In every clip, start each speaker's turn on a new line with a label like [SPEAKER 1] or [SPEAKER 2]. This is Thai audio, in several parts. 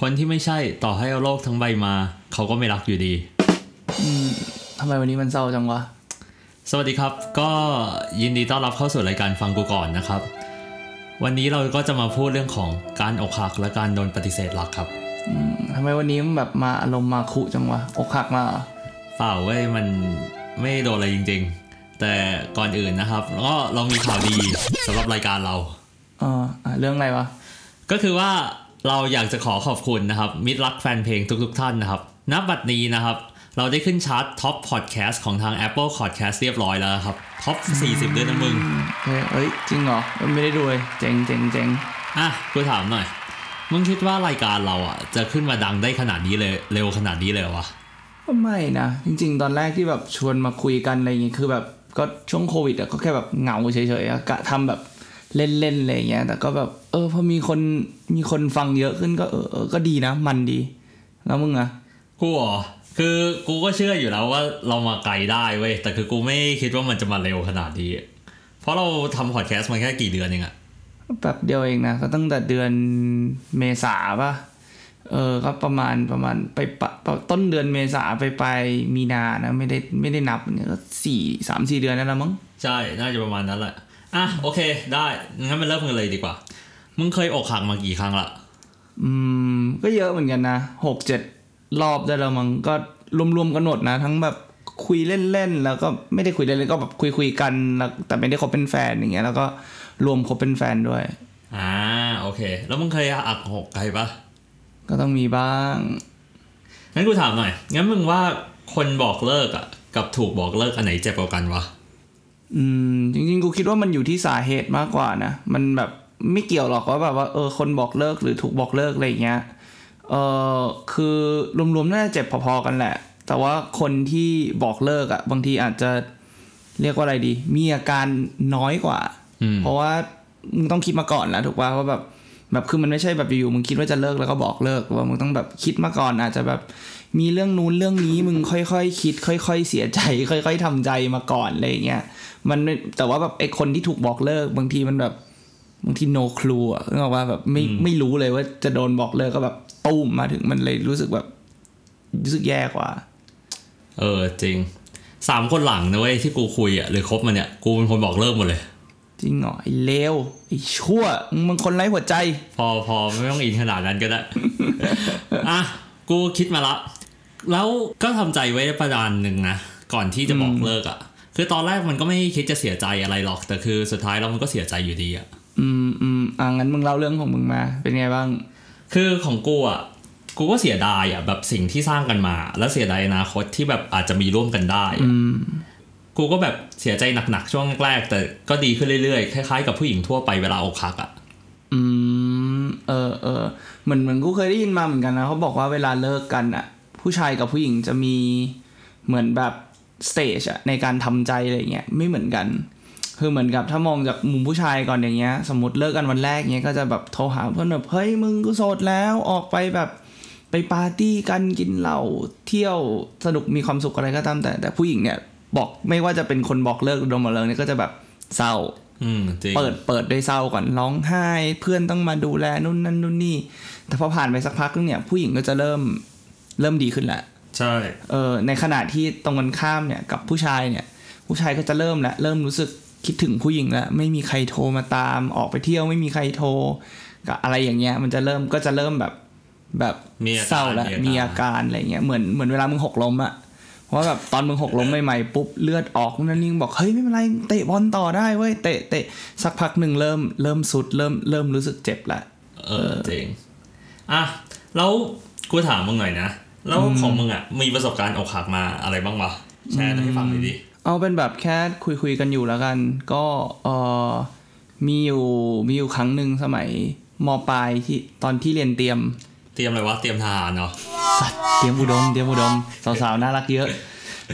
[SPEAKER 1] คนที่ไม่ใช่ต่อให้เอาโลกทั้งใบมา เขาก็ไม่รักอยู่ดี
[SPEAKER 2] ทำไมวันนี้มันเศร้าจังวะ
[SPEAKER 1] สวัสดีครับ ก็ยินดีต้อนรับเข้าสู่รายการฟังกูก่อนนะครับ วันนี้เราก็จะมาพูดเรื่องของการอกหักและการโดนปฏิเสธรักครับ
[SPEAKER 2] ทำไมวันนี้มันแบบมาอารมณ์มาคุจังวะ อกหักมาเหรอ
[SPEAKER 1] เปล่าเว้ยมันไม่โดนอะไรจริง ๆ แต่ก่อนอื่นนะครับก็เรามีข่าวดีสำหรับรายการเรา
[SPEAKER 2] เอออ่ะเรื่องอะไรวะ
[SPEAKER 1] ก็คือว่าเราอยากจะขอขอบคุณนะครับ มิตรรักแฟนเพลงทุก ๆ ท่านนะครับณบัดนี้นะครับ เราได้ขึ้นชาร์ตท็อปพอดแคสต์ของทาง Apple Podcast เรียบร้อยแล้วนะครับท็อป 40 ด้วยนะมึง
[SPEAKER 2] เอ้ยเอ้ยจริงเหรอไม่ได้ดูเลยเจ๋งเจ๋งเจ๋ง
[SPEAKER 1] อ่ะกูถามหน่อย มึงคิดว่ารายการเราอ่ะ จะขึ้นมาดังได้ขนาดนี้เลยเร็วขนาดนี้เลยเหรอวะ
[SPEAKER 2] ก็ไม่นะ จริง ๆ ตอนแรกที่แบบชวนมาคุยกันอะไรอย่างงี้คือแบบก็ช่วงโควิดอะก็แค่แบบเหงาเฉยๆอะกะทำแบบเล่นๆอะไรอย่างเงี้ยแต่ก็แบบเออพอมีคนมีคนฟังเยอะขึ้นก็เออเออก็ดีนะ มันดี แล้วมึงอะ
[SPEAKER 1] กูเหรอคือกูก็เชื่ออยู่แล้วว่าเรามาไกลได้เว้ยแต่คือกูไม่คิดว่ามันจะมาเร็วขนาดนี้ เพราะเราทำพอดแคสต์มาแค่กี่เดือนเองอะ
[SPEAKER 2] แบบเดียวเองนะก็ตั้งแต่เดือนเมษาป่ะเออก็ประมาณประมาณไปปะปะต้นเดือนเมษาไปไปลายมีนานะไม่ได้ไม่ได้นับเนี่ยก็สี่สามสี่เดือนนั่นละมั้ง
[SPEAKER 1] ใช่น่าจะประมาณนั้นแหละอ่ะโอเคได้งั้นมันเริ่มกันเลยดีกว่า มึงเคยอกหักมากี่ครั้งละ
[SPEAKER 2] อืมก็เยอะเหมือนกันนะหกเจ็ดรอบได้แล้วมั้งก็รวมๆกันหมดนะ ทั้งแบบคุยเล่นๆแล้วก็ไม่ได้คุยเล่นๆก็แบบคุยๆกันแล้วแต่ไม่ได้คบเป็นแฟนอย่างเงี้ยแล้วก็รวมคบเป็นแฟนด้วย
[SPEAKER 1] อ่าโอเค แล้วมึงเคยอักหกใครปะ
[SPEAKER 2] ก็ต้องมีบ้าง
[SPEAKER 1] งั้นกูถามหน่อยงั้นมึงว่าคนบอกเลิกอ่ะกับถูกบอกเลิกอันไหนเจ็บกว่ากันวะ
[SPEAKER 2] อืมจริงๆกูคิดว่ามันอยู่ที่สาเหตุมากกว่านะมันแบบไม่เกี่ยวหรอกว่าแบบว่าเออคนบอกเลิกหรือถูกบอกเลิกอะไรอย่างเงี้ยเออคือรวมๆน่าจะเจ็บพอๆกันแหละ แต่ว่าคนที่บอกเลิกอะ่ะบางทีอาจจะเรียกว่าอะไรดี มีอาการน้อยกว่า
[SPEAKER 1] อืม
[SPEAKER 2] เพราะว่ามึงต้องคิดมาก่อนแล้วถูกป่ะว่าแบบแบบคือมันไม่ใช่แบบอยู่ๆมึงคิดว่าจะเลิกแล้วก็บอกเลิกว่ามึงต้องแบบคิดมาก่อนอาจจะแบบมีเรื่องนู้นเรื่องนี้มึงค่อยๆคิด ค่อย ๆ เสียใจ ค่อย ๆทำใจมาก่อนอะไรอย่างเงี้ยมันไม่แต่ว่าแบบไอ้คนที่ถูกบอกเลิกบางทีมันแบบบางที no clue อะนึกออกว่าแบบไม่ไม่รู้เลยว่าจะโดนบอกเลิกก็แบบตุ้มมาถึงมันเลยรู้สึกแบบรู้สึกแย่กว่า
[SPEAKER 1] เออจริงสามคนหลังนะเว้ยที่กูคุยอ่ะหรือคบมันเนี่ยกูเป็นคนบอกเลิกหมดเลย
[SPEAKER 2] จริงเหรอไอ้เลวไอ้ชั่วมึงมันคนไร้หัวใจ
[SPEAKER 1] พอพอไม่ต้องอินขนาดนั้นก็ ได้ อ่ะกูคิดมาละ แล้วก็ทำใจไว้ประดานหนึ่งนะก่อนที่จะบอกเลิกอ่ะ คือตอนแรกมันก็ไม่คิดจะเสียใจอะไรหรอก แต่คือสุดท้ายแล้วมันก็เสียใจอยู่ดีอ่ะ
[SPEAKER 2] อืมอืมอ่ะงั้นมึงเล่าเรื่องของมึงมาเป็นไงบ้าง
[SPEAKER 1] คือของกูอ่ะกูก็เสียดายอ่ะแบบสิ่งที่สร้างกันมา แล้วเสียดายอนาคตที่แบบอาจจะมีร่วมกันได้อะกูก็แบบเสียใจหนักๆช่วงแรกๆแต่ก็ดีขึ้นเรื่อยๆคล้ายๆกับผู้หญิงทั่วไปเวลาอกหักอ่ะ
[SPEAKER 2] อืม เออเออเหมือนเหมือนกูเคยได้ยินมาเหมือนกันนะเขาบอกว่าเวลาเลิกกันอะผู้ชายกับผู้หญิงจะมีเหมือนแบบสเตจอะในการทำใจอะไรเงี้ยไม่เหมือนกัน คือเหมือนกับถ้ามองจากมุมผู้ชายก่อนอย่างเงี้ย สมมติเลิกกันวันแรกเงี้ยก็จะแบบโทรหาเพื่อนแบบเฮ้ยมึงกูโสดแล้วออกไปแบบไปปาร์ตี้กันกินเหล้าเที่ยวสนุกมีความสุขอะไรก็ตามแต่ แต่ผู้หญิงเนี่ยบอกไม่ว่าจะเป็นคนบอกเลิกหรือโดนบอกเลิกเนี่ยก็จะแบบเศร้า
[SPEAKER 1] อืมจริง
[SPEAKER 2] เปิดเปิดด้วยเศร้าก่อนร้องไห้ เพื่อนต้องมาดูแลนู่นนั่นนู่นนี่ แต่พอผ่านไปสักพักนึงเนี่ยผู้หญิงก็จะเริ่มเริ่มดีขึ้นแหละ
[SPEAKER 1] ใช่
[SPEAKER 2] เออในขณะที่ตรงกันข้ามเนี่ยกับผู้ชายเนี่ย ผู้ชายก็จะเริ่มละเริ่มรู้สึกคิดถึงผู้หญิงละไม่มีใครโทรมาตามออกไปเที่ยวไม่มีใครโทรก็อะไรอย่างเงี้ยมันจะเริ่มก็จะเริ่มแบบแบบ
[SPEAKER 1] มีอาการ
[SPEAKER 2] เศร้าละ
[SPEAKER 1] มี
[SPEAKER 2] มี
[SPEAKER 1] อา
[SPEAKER 2] อา
[SPEAKER 1] การ
[SPEAKER 2] การอะไรเงี้ยเหมือนเหมือนเวลามึงหกล้มอะเพราะว่าแบบตอนมึงหกล้มใหม่ๆปุ๊บเลือดออกนู่นนั่นนี่มึงบอกเฮ้ยไม่เป็นไรเตะบอลต่อได้เว้ยเตะเตะสักพักหนึ่งเริ่มเริ่มสุดเริ่มเริ่มรู้สึกเจ็บละ
[SPEAKER 1] เออจริง อ่ะ แล้วกูถามมึงหน่อยนะ แล้วของมึงอ่ะ มีประสบการณ์อกหักมาอะไรบ้างวะ แชร์ให้ฟังหน่อยดิ
[SPEAKER 2] เอาเป็นแบบแค่คุยคุยๆกันอยู่แล้วกัน ก็เออมีอยู่มีอยู่ครั้งหนึ่งสมัยมปลายที่ตอนที่เรียนเตรียม
[SPEAKER 1] เตรียมอะไรวะ เตรียมทหารเนาะ
[SPEAKER 2] สัตว์เตรียมอุดมเตรียมอุดมสาวๆน่ารักเยอะ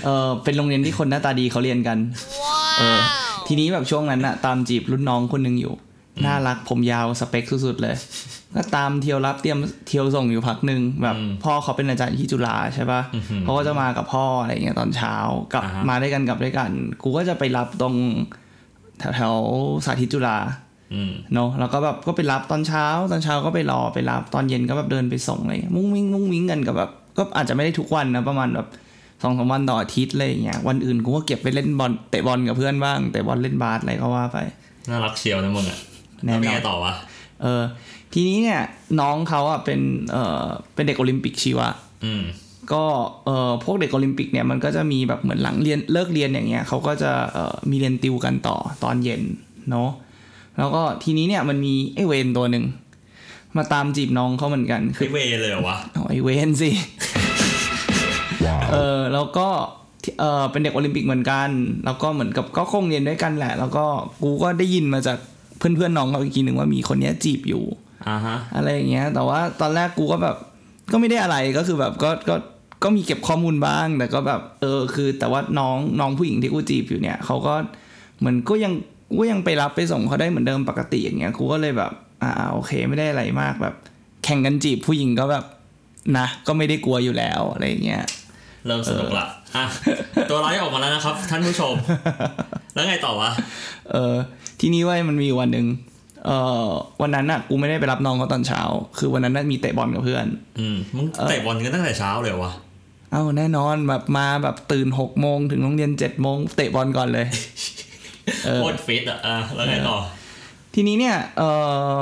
[SPEAKER 2] เออเป็นโรงเรียนที่คนหน้าตาดีเขาเรียนกันเออทีนี้แบบช่วงนั้นอะตามจีบรุ่นน้องคนหนึ่งอยู่ น่ารักผมยาวสเปคสุดๆเลย ก็ตามเที่ยวรับเตรียมเที่ยวส่งอยู่พักหนึ่งแบบพ่อเขาเป็นอาจารย์ที่จุฬาใช่ปะ
[SPEAKER 1] อื้อหือ
[SPEAKER 2] เขาก็จะมากับพ่ออะไรอย่างเงี้ยตอนเช้ากลับ
[SPEAKER 1] อ่าฮะ
[SPEAKER 2] มาด้วยกันกลับด้วยกัน กูก็จะไปรับตรงแถวแถวสาธิตจุฬา
[SPEAKER 1] อืม
[SPEAKER 2] เนาะแล้วก็แบบก็ไปรับตอนเช้า ตอนเช้าก็ไปรอไปรับตอนเย็นก็แบบเดินไปส่งอะไรเงี้ยมุ้งมิ้งมุ้งมิ้งกันกับแบบก็อาจจะไม่ได้ทุกวันนะประมาณแบบสองสามวันต่ออาทิตย์อะไรอย่างเงี้ยวันอื่นกูก็เก็บไปเล่นบอลเตะบอลกับเพื่อนบ้างเตะบอลเล่นบาสอะไรก็ว่าไป
[SPEAKER 1] น่ารักเชียวนะมึงอ่ะ
[SPEAKER 2] แน่นอน
[SPEAKER 1] แล้วเป็นไงต่อวะ
[SPEAKER 2] เออทีนี้เนี่ยน้องเขาอ่ะเป็นเออเป็นเด็กโอลิมปิกชีวะ
[SPEAKER 1] อืม
[SPEAKER 2] ก็เอ่อพวกเด็กโอลิมปิกเนี่ยมันก็จะมีแบบเหมือนหลังเรียนเลิกเรียนอย่างเงี้ยเขาก็จะเอ่อมีเรียนติวกันต่อตอนเย็นเนาะแล้วก็ทีนี้เนี่ยมันมีไอเวนตัวหนึ่งมาตามจีบน้องเขาเหมือนกันคื
[SPEAKER 1] คือ อเวย์เลยเหรอวะ
[SPEAKER 2] เอาไอเวนสิเออแล้วก็ที่เออเป็นเด็กโอลิมปิกเหมือนกัน แล้วก็เหมือนกับก็คงเรียนด้วยกันแหละ แล้วก็กูก็ได้ยินมาจากเพื่อนๆน้องเขาอีกทีหนึ่งว่ามีคนเนี้ยจีบอยู่
[SPEAKER 1] อ่าฮะ
[SPEAKER 2] อะไรอย่างเงี้ย แต่ว่าตอนแรกกูก็แบบก็ไม่ได้อะไรก็คือแบบก็ก็ก็มีเก็บข้อมูลบ้าง แต่ก็แบบเออคือ แต่ว่าน้องน้องผู้หญิงที่กูจีบอยู่เนี่ยเขาก็เหมือนก็ยังกูก็ยังไปรับไปส่งเขาได้เหมือนเดิมปกติอย่างเงี้ยกูก็เลยแบบอ่าโอเคไม่ได้อะไรมากแบบ แข่งกันจีบผู้หญิงก็แบบนะก็ไม่ได้กลัวอยู่แล้วอะไรอย่างเงี้ย
[SPEAKER 1] เริ่มสนุกละอ่ะ ตัวร้ายออกมาแล้วนะครับ ท่านผู้ ชม แล้วไงต่อวะ
[SPEAKER 2] เออทีนี้เว่ามันมีอยู่วันหนึ่งเออวันนั้นอ่ะกูไม่ได้ไปรับน้องเขาตอนเช้า คือวันนั้นน่ะมีเตะบอลกับเพื่อน
[SPEAKER 1] อืม มึงเตะบอลกันตั้งแต่เช้าเลยเหรอวะ
[SPEAKER 2] เอ้าแน่นอนแบบมาแบบตื่นหกโมงถึงโรงเรียนเจ็ดโมงเตะบอลก่อนเลย เออ
[SPEAKER 1] โคตรฟิตอ่ะอ่ะแล้วไงต่อ
[SPEAKER 2] ทีนี้เนี่ยเออ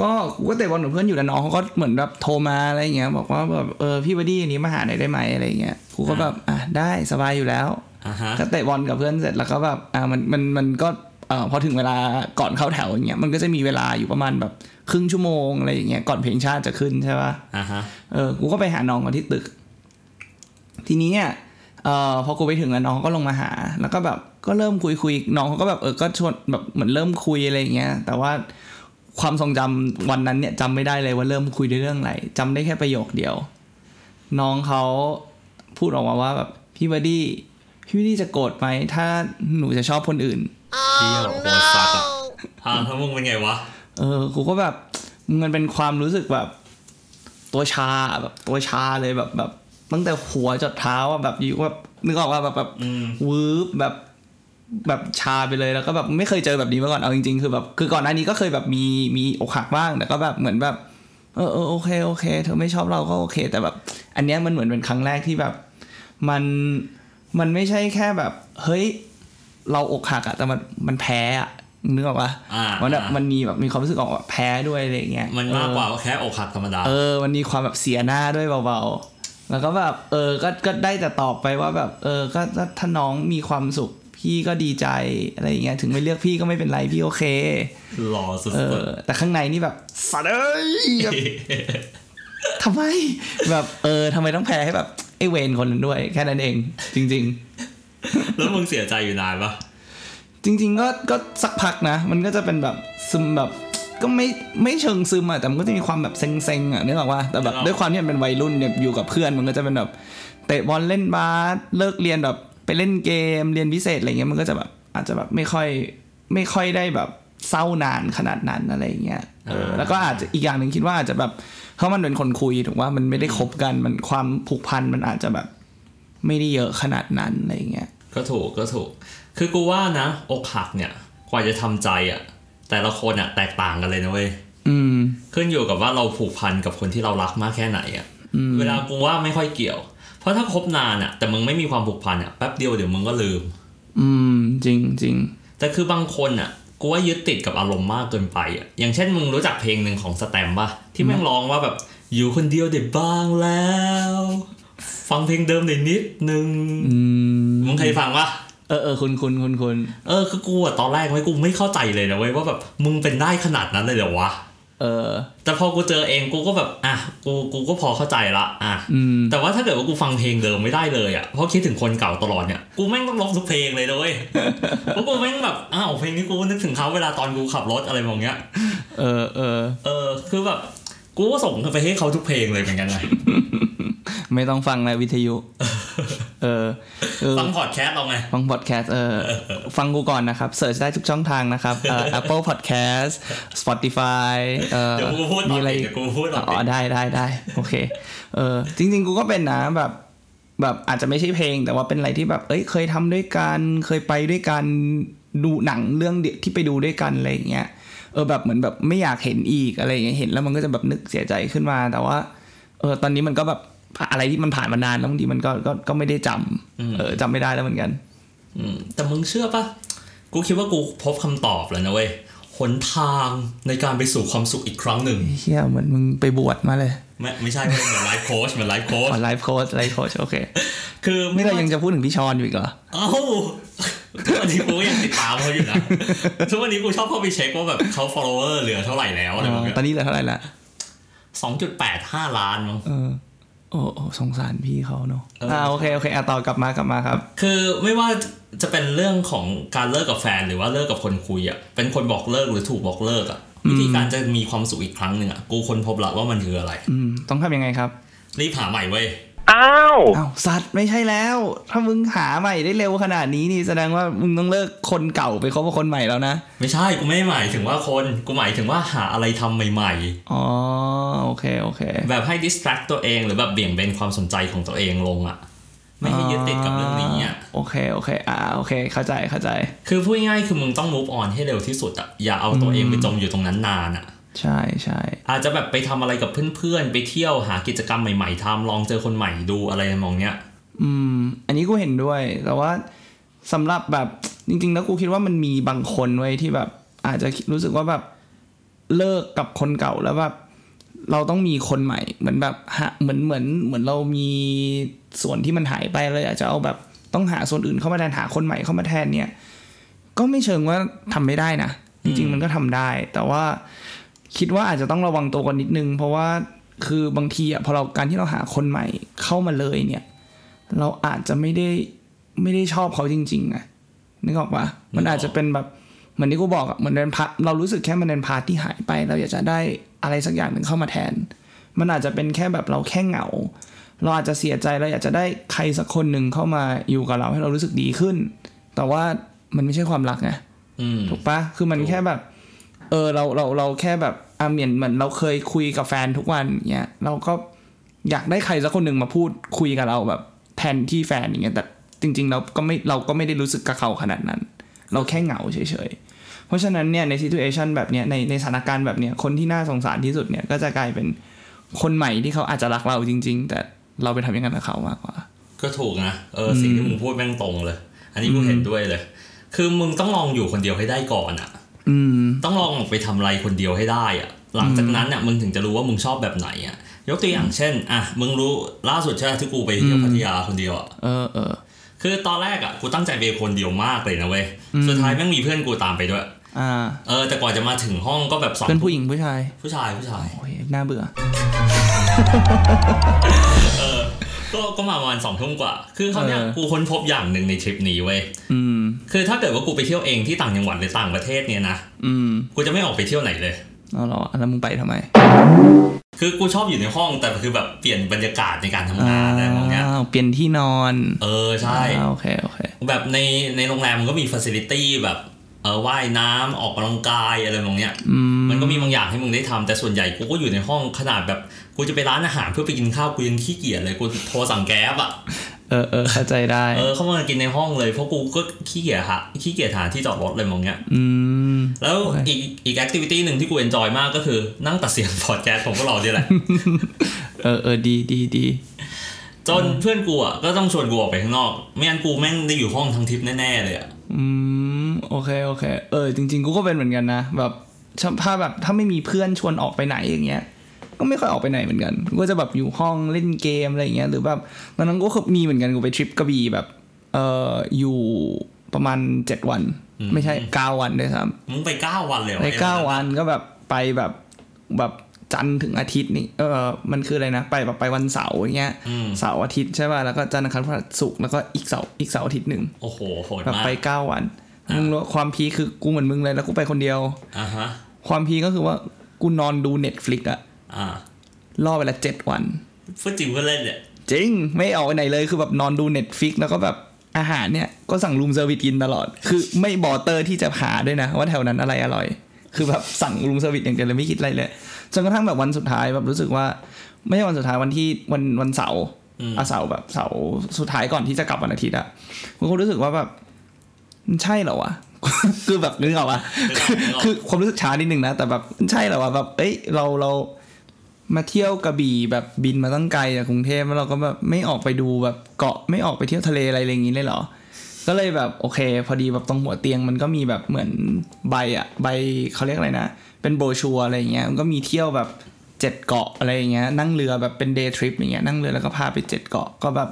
[SPEAKER 2] ก็กูก็เตะบอลกับเพื่อนอยู่แล้วน้องเขาก็เหมือนแบบโทรมาอะไรอย่างเงี้ยบอกว่าแบบเออพี่บดดี้อันนี้มาหาหน่อยได้ไหมอะไรอย่างเงี้ยกูก็แบบอ่ะได้สบายอยู่แล้ว
[SPEAKER 1] อ่าฮะ
[SPEAKER 2] ก็เตะบอลกับเพื่อนเสร็จแล้วก็แบบอ่ามันมันมันก็เอ่อพอถึงเวลาก่อนเข้าแถวอย่างเงี้ยมันก็จะมีเวลาอยู่ประมาณแบบครึ่งชั่วโมงอะไรอย่างเงี้ยก่อนเพลงชาติจะขึ้นใช่ปะ
[SPEAKER 1] อ่าฮะ
[SPEAKER 2] เออ กูก็ไปหาน้องก่อนที่ตึก ทีนี้เนี่ย เอ่อ พอกูไปถึงแล้วน้องก็ลงมาหา แล้วก็แบบ ก็เริ่มคุยคุยน้องเขาก็แบบ เออ ก็ชวนแบบ เหมือนเริ่มคุยอะไรอย่างเงี้ย แต่ว่าความทรงจำวันนั้นเนี่ยจำไม่ได้เลยว่าเริ่มคุยด้วยเรื่องอะไรจำได้แค่ประโยคเดียว น้องเขาพูดออกมาว่าแบบ พี่บดดี้ พี่บดดี้จะโกรธไหม ถ้าหนูจะชอบคนอื่น
[SPEAKER 1] เที่ยวโคตรสัตว์อะอ่าแล้วมึงเป็นไงวะ
[SPEAKER 2] เออกูก็แบบมันเป็นความรู้สึกแบบ ตัวชาแบบตัวชาเลยแบบแบบตั้งแต่หัวจดเท้าอะแบบอยู่แบบนึกออกว่าแบบแบบ
[SPEAKER 1] อืม
[SPEAKER 2] วืบแบบแบบชาไปเลยแล้วก็แบบไม่เคยเจอแบบนี้มาก่อนเอาจริงๆคือแบบคือก่อนหน้านี้ก็เคยแบบมีมีอกหักบ้างแต่ก็แบบเหมือนแบบเออเออโอเคโอเคเธอไม่ชอบเราก็โอเค แต่แบบ อันเนี้ยมันเหมือนเป็นครั้งแรกที่แบบ มันมันไม่ใช่แค่แบบ เฮ้ย เราอกหักอะแต่มันมันแพ้อะนึกออกปะ
[SPEAKER 1] อ่า
[SPEAKER 2] มัน
[SPEAKER 1] มั
[SPEAKER 2] แบบมันมีแบบมีความรู้สึกออกแบบแพ้ด้วยอะไรอย่างเงี้ย
[SPEAKER 1] มันมากกว่าแค่อกหักธรรมดา
[SPEAKER 2] เออเออ มันมีความแบบเสียหน้าด้วยเบาๆ แล้วก็แบบเออก็ก็ได้แต่ตอบไปว่าแบบ เออก็ก็ถ้าน้องมีความสุขพี่ก็ดีใจอะไรอย่างเงี้ยถึงไม่เลือกพี่ก็ไม่เป็นไรพี่โอเค
[SPEAKER 1] หล่อสุด
[SPEAKER 2] เออ แต่ข้างในนี่แบบสะเอ้ยแบบ
[SPEAKER 1] ๆ
[SPEAKER 2] ทำไม แบบ เออทำไมต้องแพ้ให้แบบไอเวนคนนั้นด้วย แค่นั้นเอง จริง ๆ
[SPEAKER 1] แล้วมึงเสียใจอยู่นานปะ
[SPEAKER 2] จริงๆก็ก็สักพักนะ มันก็จะเป็นแบบซึมแบบ ก็ไม่ไม่เชิงซึมอะแต่มันก็จะมีความแบบเซ็งๆอะนึกออกว่าแต่แบบด้วยความที่มันเป็นวัยรุ่นเนี่ยอยู่กับเพื่อนมันก็จะเป็นแบบเตะบอลเล่นบาสเลิกเรียนแบบไปเล่นเกมเรียนพิเศษอะไรเงี้ยมันก็จะแบบอาจจะแบบไม่ค่อยไม่ค่อยได้แบบเศร้านานขนาดนั้นอะไรเงี้ยเออแล้วก็อาจจะอีกอย่างหนึ่งคิดว่าอาจจะแบบเพราะมันเป็นคนคุยถูกว่ามันไม่ได้คบกันมันความผูกพันมันอาจจะแบบไม่ได้เยอะขนาดนั้นอะไรเงี้ย
[SPEAKER 1] ก็ถูกก็ถูก คือกูว่านะ อกหักเนี่ย กว่าจะทำใจอะ่ะ แต่ละคนอ่ะแตกต่างกันเลยนะเว้ย
[SPEAKER 2] อืม
[SPEAKER 1] ขึ้นอยู่กับว่าเราผูกพันกับคนที่เรารักมากแค่ไหนอะ่ะ เวลากูว่าไม่ค่อยเกี่ยว เพราะถ้าคบนานอะ่ะ แต่มึงไม่มีความผูกพันอะ่ะ แป๊บเดียวเดี๋ยวมึงก็ลืม
[SPEAKER 2] อืมจริงจริง
[SPEAKER 1] แต่คือบางคนอ่ะ กูว่ายึดติดกับอารมณ์มากเกินไปอ่ะ อย่างเช่นมึงรู้จักเพลงหนึ่งของสแตมป์ป่ะ ที่แม่งร้องว่าแบบอยู่คนเดียวเด็ดบ้างแล้ว ฟังเพลงเดิมหน่อยนิดนึง
[SPEAKER 2] อืม
[SPEAKER 1] มึงเคยฟังปะ
[SPEAKER 2] เออเออคุณคุณคุณคุณ
[SPEAKER 1] เออคือกูอะตอนแรกไม่กูไม่เข้าใจเลยนะเว้ยว่าแบบมึงเป็นได้ขนาดนั้นเลยเหรอวะ
[SPEAKER 2] เออ
[SPEAKER 1] แต่พอกูเจอเองกูก็แบบอ่ะกูกูก็พอเข้าใจละอ่ะ
[SPEAKER 2] อืม
[SPEAKER 1] แต่ว่าถ้าเกิดว่ากูฟังเพลงเดิมไม่ได้เลยอ่ะเพราะคิดถึงคนเก่าตลอดเนี่ยกูแม่งต้องลบทุกเพลงเลยนะเว้ย เพราะกูแม่งแบบอ้าวเพลงนี้กูนึกถึงเขาเวลาตอนกูขับรถอะไรแบบเนี้ย
[SPEAKER 2] เออเออ
[SPEAKER 1] เออคือแบบกูก็ส่งไปให้เขาทุกเพลงเลยเหมือนกันนะ
[SPEAKER 2] ไม่ต้องฟังแล้ววิทยุ เออ เออ
[SPEAKER 1] ฟังพอดแคสต์เราไง
[SPEAKER 2] ฟังพอดแคสต์เออ ฟังกูก่อนนะครับเสิร์ชได้ทุกช่องทางนะครับเอ่อ Apple Podcast Spotify เอ่อ
[SPEAKER 1] เดี๋ยวกูพูดต่
[SPEAKER 2] มี
[SPEAKER 1] อ
[SPEAKER 2] อะไร
[SPEAKER 1] ติด
[SPEAKER 2] อีก
[SPEAKER 1] เดี๋ยวกูพูดต่อ
[SPEAKER 2] อ๋
[SPEAKER 1] ติ
[SPEAKER 2] อ
[SPEAKER 1] ด
[SPEAKER 2] ได้ได้ได้โอเคเออจริง ๆ กูก็เป็นนะแบบแบบอาจจะไม่ใช่เพลง แต่ว่าเป็นอะไรที่แบบเอ้ยเคยทำด้วยกันเคยไปด้วยกันดูหนังเรื่องเดียวที่ไปดูด้วยกันอะไรอย่างเงี้ย เออแบบเหมือนแบบไม่อยากเห็นอีกอะไรอย่างเงี้ยเห็นแล้วมันก็จะแบบนึกเสียใจขึ้นมา แต่ว่า เออตอนนี้มันก็แบบอะไรที่มันผ่านมานานแล้วบางทีมันก็ก็ก็ไม่ได้จำเออจำไม่ได้แล้วเหมือนกัน
[SPEAKER 1] อืมแต่มึงเชื่อปะกูคิดว่ากูพบคำตอบแล้วนะเว้ยหนทางในการไปสู่ความสุขอีกครั้งหนึ่ง
[SPEAKER 2] เชี่ยเหมือนมึงไปบวชมาเลย
[SPEAKER 1] ไม่ไม่ใช่เว้ยเหมือนไลฟ์โค้ชเหมือนไลฟ์โค้ช
[SPEAKER 2] ออนไลฟ์โค้ชไลฟ์โค้ชโอเค
[SPEAKER 1] คือไม่
[SPEAKER 2] นี่เรา
[SPEAKER 1] ว่า
[SPEAKER 2] ยังจะพูดถึงพี่ชอนอยู่อีกเหรอ
[SPEAKER 1] เอ้า ทุกวันนี้กูก็ยังติดตามเขาอยู่ นะทุกวันนี้กูชอบเข้าไปเช็คว่าแบบเขา follower เหลือเท่าไหร่แล้วอะไรแบบ
[SPEAKER 2] ตอนนี้เหลือเท่าไหร่ละ
[SPEAKER 1] สองจุดแปดห้าล้านมั้ง
[SPEAKER 2] เออโอ้โอ้สงสารพี่เขาเนอะ
[SPEAKER 1] เอออ่
[SPEAKER 2] อ่าโอเคโอเคอ่ะต่อกลับมากลับมาครับ
[SPEAKER 1] คือไม่ว่าจะเป็นเรื่องของการเลิกกับแฟนหรือว่าเลิกกับคนคุยอ่ะ เป็นคนบอกเลิกหรือถูกบอกเลิกอ่ะ วิธีการจะมีความสุขอีกครั้งหนึ่งอ่ะ กูค้นพบละว่ามันคืออะไร
[SPEAKER 2] อืม ต้องทำยังไงครับ
[SPEAKER 1] รีบหาใหม่เว้ย
[SPEAKER 3] อ้าว
[SPEAKER 2] อ้าวสัตว์ไม่ใช่แล้ว ถ้ามึงหาใหม่ได้เร็วขนาดนี้นี่แสดงว่ามึงต้องเลิกคนเก่าไปคบกับคนใหม่แล้วนะ
[SPEAKER 1] ไม่ใช่ กูไม่ได้หมายถึงว่าคน กูหมายถึงว่าหาอะไรทำใหม่
[SPEAKER 2] อ๋อโอเคโอเค
[SPEAKER 1] ๆ แบบให้ distract ตัวเองหรือแบบเบี่ยงเบนความสนใจของตัวเองลงอ่ะ ไม่ให้ยึดติดกับเรื่องนี้อ่ะ
[SPEAKER 2] โอเคโอเค อ่าโอเค เข้าใจเข้าใจ
[SPEAKER 1] คือพูดง่ายๆคือมึงต้อง move on ให้เร็วที่สุดอะอย่าเอาตัวเองไปจมอยู่ตรงนั้นนานอะ
[SPEAKER 2] ใช่ใช่
[SPEAKER 1] อาจจะแบบไปทำอะไรกับเพื่อนๆ ไปเที่ยวหากิจกรรมใหม่ๆทำลองเจอคนใหม่ดูอะไรทำนองเนี้ย
[SPEAKER 2] อืม อันนี้กูเห็นด้วย แต่ว่าสำหรับแบบจริง ๆ แล้วกูคิดว่ามันมีบางคนไว้ยที่แบบ อาจจะรู้สึกว่าแบบเลิกกับคนเก่าแล้วแบบเราต้องมีคนใหม่ เหมือนแบบหาเหมือนเหมือนเหมือนเรามีส่วนที่มันหายไปเลยอาจจะเอาแบบต้องหาส่วนอื่นเข้ามาแทนหาคนใหม่เข้ามาแทนเนี่ย ก็ไม่เชิงว่าทำไม่ได้นะ จริง ๆ มันก็ทำได้ แต่ว่าคิดว่าอาจจะต้องระวังตัวกันนิดนึง เพราะว่าคือบางทีอ่ะพอเราการที่เราหาคนใหม่เข้ามาเลยเนี่ย เราอาจจะไม่ได้ไม่ได้ชอบเขาจริงๆนะนึกออกปะมันอาจจะเป็นแบบเหมือนที่กูบอกอะเหมือนเป็นพาร์ทเรารู้สึกแค่มันเป็นพาร์ทที่หายไป เราอยากจะได้อะไรสักอย่างหนึ่งเข้ามาแทน มันอาจจะเป็นแค่แบบเราแค่เหงา เราอาจจะเสียใจเราอยากจะได้ใครสักคนหนึ่งเข้ามาอยู่กับเราให้เรารู้สึกดีขึ้น แต่ว่ามันไม่ใช่ความรักไง
[SPEAKER 1] อืม
[SPEAKER 2] ถูกปะคือมัน
[SPEAKER 1] ถูก
[SPEAKER 2] แค่แบบ เออเราเราเราแค่แบบอ่ะเหมือนเหมือนเราเคยคุยกับแฟนทุกวันเนี้ยเราก็อยากได้ใครสักคนหนึ่งมาพูดคุยกับเราแบบแทนที่แฟนอย่างเงี้ยแต่จริง ๆ เราก็ไม่เราก็ไม่ได้รู้สึกกับเขาขนาดนั้น เราแค่เหงาเฉยๆ เพราะฉะนั้นเนี่ยในซีตูเอชันแบบเนี้ยในในสถานการณ์แบบเนี้ยคนที่น่าสงสารที่สุดเนี่ยก็จะกลายเป็นคนใหม่ที่เขาอาจจะรักเราจริง ๆ แต่เราไปทำอย่างนั้นกับเขามากกว่า
[SPEAKER 1] ก็ถูกนะ เออสิ่งที่มึงพูดแม่งตรงเลย อันนี้กูเห็นด้วยเลย คือมึงต้องลองอยู่คนเดียวให้ได้ก่อนอะ
[SPEAKER 2] อืม
[SPEAKER 1] ต้องลองออกไปทำอะไรคนเดียวให้ได้อะหลังจากนั้นอะมึงถึงจะรู้ว่ามึงชอบแบบไหนอะยกตัวอย่างเช่นอะมึงรู้ล่าสุดใช่ไหมที่กูไปเที่ยวพัทยาคนเดียวอะ
[SPEAKER 2] เออเออ
[SPEAKER 1] คือตอนแรกอ่ะกูตั้งใจไปคนเดียวมากเลยนะเว้ย สุดท้ายแม่งมีเพื่อนกูตามไปด้วย
[SPEAKER 2] อ่า
[SPEAKER 1] เออแต่กว่าจะมาถึงห้องก็แบบสอง
[SPEAKER 2] เพื่อนผู้หญิงผู้ชาย
[SPEAKER 1] ผู้ชายผู้ชาย
[SPEAKER 2] โอ้ยน่าเบื่อ
[SPEAKER 1] ก็ก็มาประมาณสองทุ่มกว่า คือเขาวเนี่ย
[SPEAKER 2] เออ
[SPEAKER 1] กูค้นพบอย่างหนึ่งในทริปนี้เว้ย
[SPEAKER 2] อืม
[SPEAKER 1] คือถ้าเกิดว่ากูไปเที่ยวเองที่ต่างจังหวัดหรือต่างประเทศเนี่ยนะ
[SPEAKER 2] อืม
[SPEAKER 1] กูจะไม่ออกไปเที่ยวไหนเลย
[SPEAKER 2] เอาเหรอแล้วมึงไปทำไม
[SPEAKER 1] คือกูชอบอยู่ในห้องแต่คือแบบเปลี่ยนบรรยากาศในการทำงานอะไรแบบเนี้ย
[SPEAKER 2] าวเปลี่ยนที่นอน
[SPEAKER 1] เออใช่
[SPEAKER 2] อ่าโอเค โอเค
[SPEAKER 1] แบบในในโรงแรมมันก็มีฟัซิลิตี้แบบเออว่ายน้ำออกกำลังกายอะไรแบบเนี้ย
[SPEAKER 2] อืม
[SPEAKER 1] มันก็มีบางอย่างให้มึงได้ทำแต่ส่วนใหญ่กูก็อยู่ในห้องขนาดแบบกูจะไปร้านอาหารเพื่อไปกินข้าวกูยังขี้เกียจเลยกูโทรสั่งแก๊บอ่ะ
[SPEAKER 2] เออเออเข้าใจได้
[SPEAKER 1] เออเข้ามากินในห้องเลยเพราะกูก็ขี้เกียจหาขี้เกียจหาที่จอดรถเลยมองเงี้ย
[SPEAKER 2] อืม
[SPEAKER 1] แล้ว
[SPEAKER 2] โอเค
[SPEAKER 1] อีกอีกแอคทิวิตี้หนึ่งที่กูเอนจอยมากก็คือนั่งตัดเสียงพอดแคสต์ของพวกเราเนี่ยแหละ
[SPEAKER 2] เออเออดีดีดี
[SPEAKER 1] จนเพื่อนกูอ่ะก็ต้องชวนกูออกไปข้างนอก ไม่งั้นกูแม่งได้อยู่ห้องทั้งทริปแน่ๆเลยอ่ะ
[SPEAKER 2] อืม โอเค โอเค เออ จริง ๆ กูก็เป็นเหมือนกันนะ แบบชอบถ้าแบบ ถ้าไม่มีเพื่อนชวนออกไปไหนอย่างเงี้ย ก็ไม่ค่อยออกไปไหนเหมือนกัน กูก็จะแบบอยู่ห้องเล่นเกมอะไรอย่างเงี้ย หรือแบบตอนนั้นกูก็มีเหมือนกัน กูไปทริปกระบี่แบบ เอออยู่ประมาณเจ็ดวัน ไม่ใช่เก้าวันด้วยซ้ำ
[SPEAKER 1] มึงไปเก้าวันเลยเหรอ
[SPEAKER 2] ไป
[SPEAKER 1] อ้
[SPEAKER 2] เก้าวันก็แบบไปแบบแบบจันทร์ถึงอาทิตย์นี่เออมันคืออะไรนะ ไปแบบไปวันเสาร์อย่างเงี้ย
[SPEAKER 1] อืม
[SPEAKER 2] เสาร์อาทิตย์ใช่ป่ะแล้วก็จันทร์อังคารพฤหัสศุกร์แล้วก็อีกเสาร์อีกเสาร์อาทิตย์หนึ่ง
[SPEAKER 1] โอ้โหโหด
[SPEAKER 2] แบบ
[SPEAKER 1] มาก
[SPEAKER 2] ไปเก้าวันมึงรู้ว่าความพีคคือกูเหมือนมึงเลยแล้วกูไปคนเดียว
[SPEAKER 1] อ่ะฮะ
[SPEAKER 2] ความพีคก็คือว่ากูนอนดู Netflix อะ
[SPEAKER 1] อ่า
[SPEAKER 2] ล่อไปละเจ็ดวัน
[SPEAKER 1] พูดจริงเพื่อนเล่นเนี่ย
[SPEAKER 2] จริง ไม่ออกไปไหนเลยคือแบบนอนดู Netflix แล้วก็แบบอาหารเนี่ยก็สั่งรูมเซอร์วิสกินตลอด คือไม่บอเตอร์ที่จะหาด้วยนะ ว่าแถวนั้นอะไรอร่อย คือแบบสั่งรูมเซอร์วิสอย่างเดียวเลยไม่คิดอะไรเลยจนกระทั่งแบบวันสุดท้ายแบบรู้สึกว่า ไม่ใช่วันสุดท้ายวันที่วันวันเสาร์
[SPEAKER 1] อืม
[SPEAKER 2] อะเสาร์แบบเสาร์สุดท้ายก่อนที่จะกลับวันอาทิตย์อะผมก็รู้สึกว่าแบบมันใช่เหรอวะ คือแบบนึกออกปะคือคือความรู้สึกช้านิดนึงนะ แต่แบบใช่เหรอวะแบบเอ้ยเราเรามาเที่ยวกระบี่แบบบินมาตั้งไกลจากกรุงเทพแล้วเราก็แบบไม่ออกไปดูแบบเกาะไม่ออกไปเที่ยวทะเลอะไรอะไรอย่างนี้เลยเหรอ ก็เลยแบบโอเค พอดีแบบตรงหัวเตียงมันก็มีแบบเหมือนใบอะใบเขาเรียกอะไรนะ เป็นโบรชัวร์อะไรอย่างเงี้ยมันก็มีเที่ยวแบบเจ็ดเกาะอะไรอย่างเงี้ยนั่งเรือแบบเป็นเดย์ทริปอย่างเงี้ยนั่งเรือแล้วก็พาไปเจ็ดเกาะก็แบบ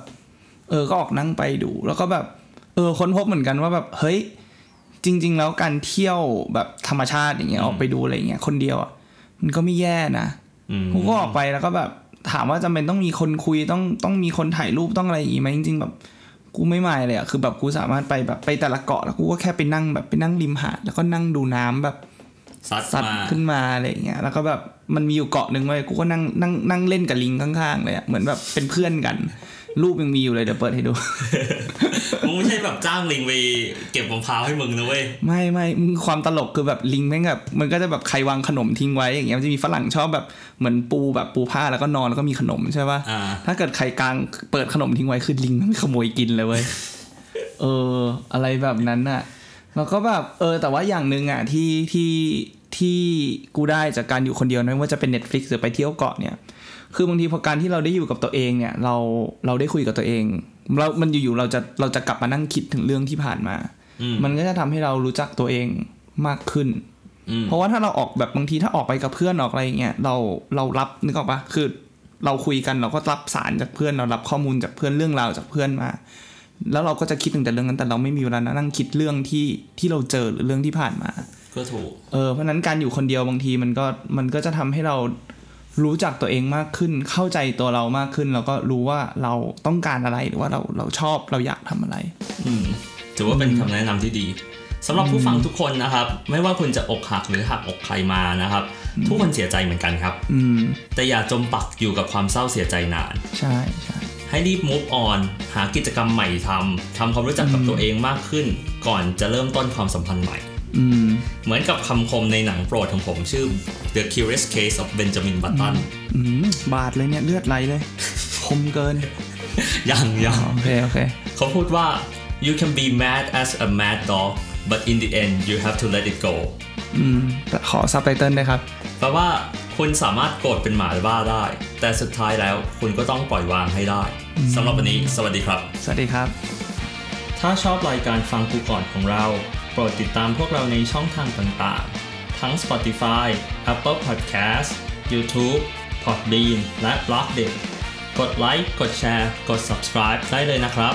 [SPEAKER 2] เออก็ออกนั่งไปดู แล้วก็แบบเออค้นพบเหมือนกันว่าแบบเฮ้ยจริง ๆ แล้วการเที่ยวแบบธรรมชาติอย่างเงี้ยออกไปดูอะไรอย่างเงี้ยคนเดียวอะมันก็ไม่แย่นะ
[SPEAKER 1] อืม
[SPEAKER 2] ผมก็ออกไปแล้วก็แบบถามว่าจำเป็นต้องมีคนคุยต้องต้องมีคนถ่ายรูปต้องอะไรอย่างงี้ไหมจริง ๆ แบบกูไม่ไม่เลยอะคือแบบกูสามารถไปแบบไปแต่ละเกาะแล้วกูก็แค่ไปนั่งแบบไปนั่งริมหาดแล้วก็นั่งดูน้ำแบบ
[SPEAKER 1] ซัด
[SPEAKER 2] สัต
[SPEAKER 1] มา
[SPEAKER 2] ว์ขึ้นมาอะไรอย่างเงี้ยแล้วก็แบบมันมีอยู่เกาะหนึ่งเว้ยกูก็นั่งนั่งนั่งเล่นกับลิงข้างๆเลยอะเหมือนแบบเป็นเพื่อนกัน รูปยังมีอยู่เลยเดี๋ยวเปิดให้ดู
[SPEAKER 1] มึงไม่ใช่แบบจ้างลิงไปเก็บมะพร้าวให้มึงนะเว้ย
[SPEAKER 2] ไม่ไม่มึงความตลกคือแบบลิงแม่งแบบมันก็จะแบบใครวางขนมทิ้งไว้อย่างเงี้ยมันจะมีฝรั่งชอบแบบเหมือนปูแบบปูผ้าแล้วก็นอนแล้วก็มีขนมใช่ปะ
[SPEAKER 1] อ่า
[SPEAKER 2] ถ้าเกิดใครกลางเปิดขนมทิ้งไว้คือลิงมันขโมยกินเลยเว้ ย เออ อะไรแบบนั้นน่ะ แล้วก็แบบเออ แต่ว่าอย่างหนึ่งอ่ะที่ที่ที่กูได้จากการอยู่คนเดียวนะไม่ว่าจะเป็น Netflix หรือไปเที่ยวเกาะเนี่ย คือบางทีพอการที่เราได้อยู่กับตัวเองเนี่ย เราเราได้คุยกับตัวเอง เรา มันอยู่ๆเราจะเราจะกลับมานั่งคิดถึงเรื่องที่ผ่านมา
[SPEAKER 1] อืม
[SPEAKER 2] มันก็จะทำให้เรารู้จักตัวเองมากขึ้น
[SPEAKER 1] อืม
[SPEAKER 2] เพราะว่าถ้าเราออกแบบบางทีถ้าออกไปกับเพื่อนออกอะไรอย่างเงี้ยเราเรารับนึกออกปะคือเราคุยกันเราก็รับสารจากเพื่อนเรารับข้อมูลจากเพื่อนเรื่องราวจากเพื่อนมา แล้วเราก็จะคิดถึงแต่เรื่องนั้นแต่เราไม่มีเวลานั่งคิดเรื่องที่ที่เราเจอหรือเรื่องที่ผ่านมา
[SPEAKER 1] ก็ถูก
[SPEAKER 2] เออเพราะฉะนั้นการอยู่คนเดียวบางทีมันก็มันก็จะทำให้เรารู้จักตัวเองมากขึ้น เข้าใจตัวเรามากขึ้น แล้วก็รู้ว่าเราต้องการอะไรหรือว่าเราเราชอบเราอยากทำอะไร
[SPEAKER 1] อืมถือว่าเป็นคำแนะนำที่ดีสำหรับผู้ฟังทุกคนนะครับ ไม่ว่าคุณจะอกหักหรือหักอกใครมานะครับ ทุกคนเสียใจเหมือนกันครับ
[SPEAKER 2] อืม
[SPEAKER 1] แต่อย่าจมปักอยู่กับความเศร้าเสียใจนาน
[SPEAKER 2] ใช่ใช่
[SPEAKER 1] ให้รีบ move on หากิจกรรมใหม่ทำทำความรู้จักกับตัวเองมากขึ้น ก่อนจะเริ่มต้นความสัมพันธ์ใหม่
[SPEAKER 2] อืม
[SPEAKER 1] เหมือนกับคำคมในหนังโปรดของผมชื่อ The Curious Case of Benjamin Button
[SPEAKER 2] อืมบาดเลยเนี่ยเลือดไหลเลย คมเกิน
[SPEAKER 1] ยังยัง
[SPEAKER 2] โอเค โอเค
[SPEAKER 1] เขาพูดว่า you can be mad as a mad dog but in the end you have to let it go
[SPEAKER 2] อืมแต่ขอซับไตเติลด้วยครับ
[SPEAKER 1] แปลว่าคุณสามารถโกรธเป็นหมาบ้าได้ แต่สุดท้ายแล้วคุณก็ต้องปล่อยวางให้ได้สำหรับวันนี้ สวัสดีครับ
[SPEAKER 2] สวัสดีครับ
[SPEAKER 1] ถ้าชอบรายการฟังกูก่อนของเรา โปรดติดตามพวกเราในช่องทางต่างๆ ทั้ง Spotify, Apple Podcast, YouTube, Podbean และ b l o g d i t กดไลค์ กดแชร์ กด subscribe ได้เลยนะครับ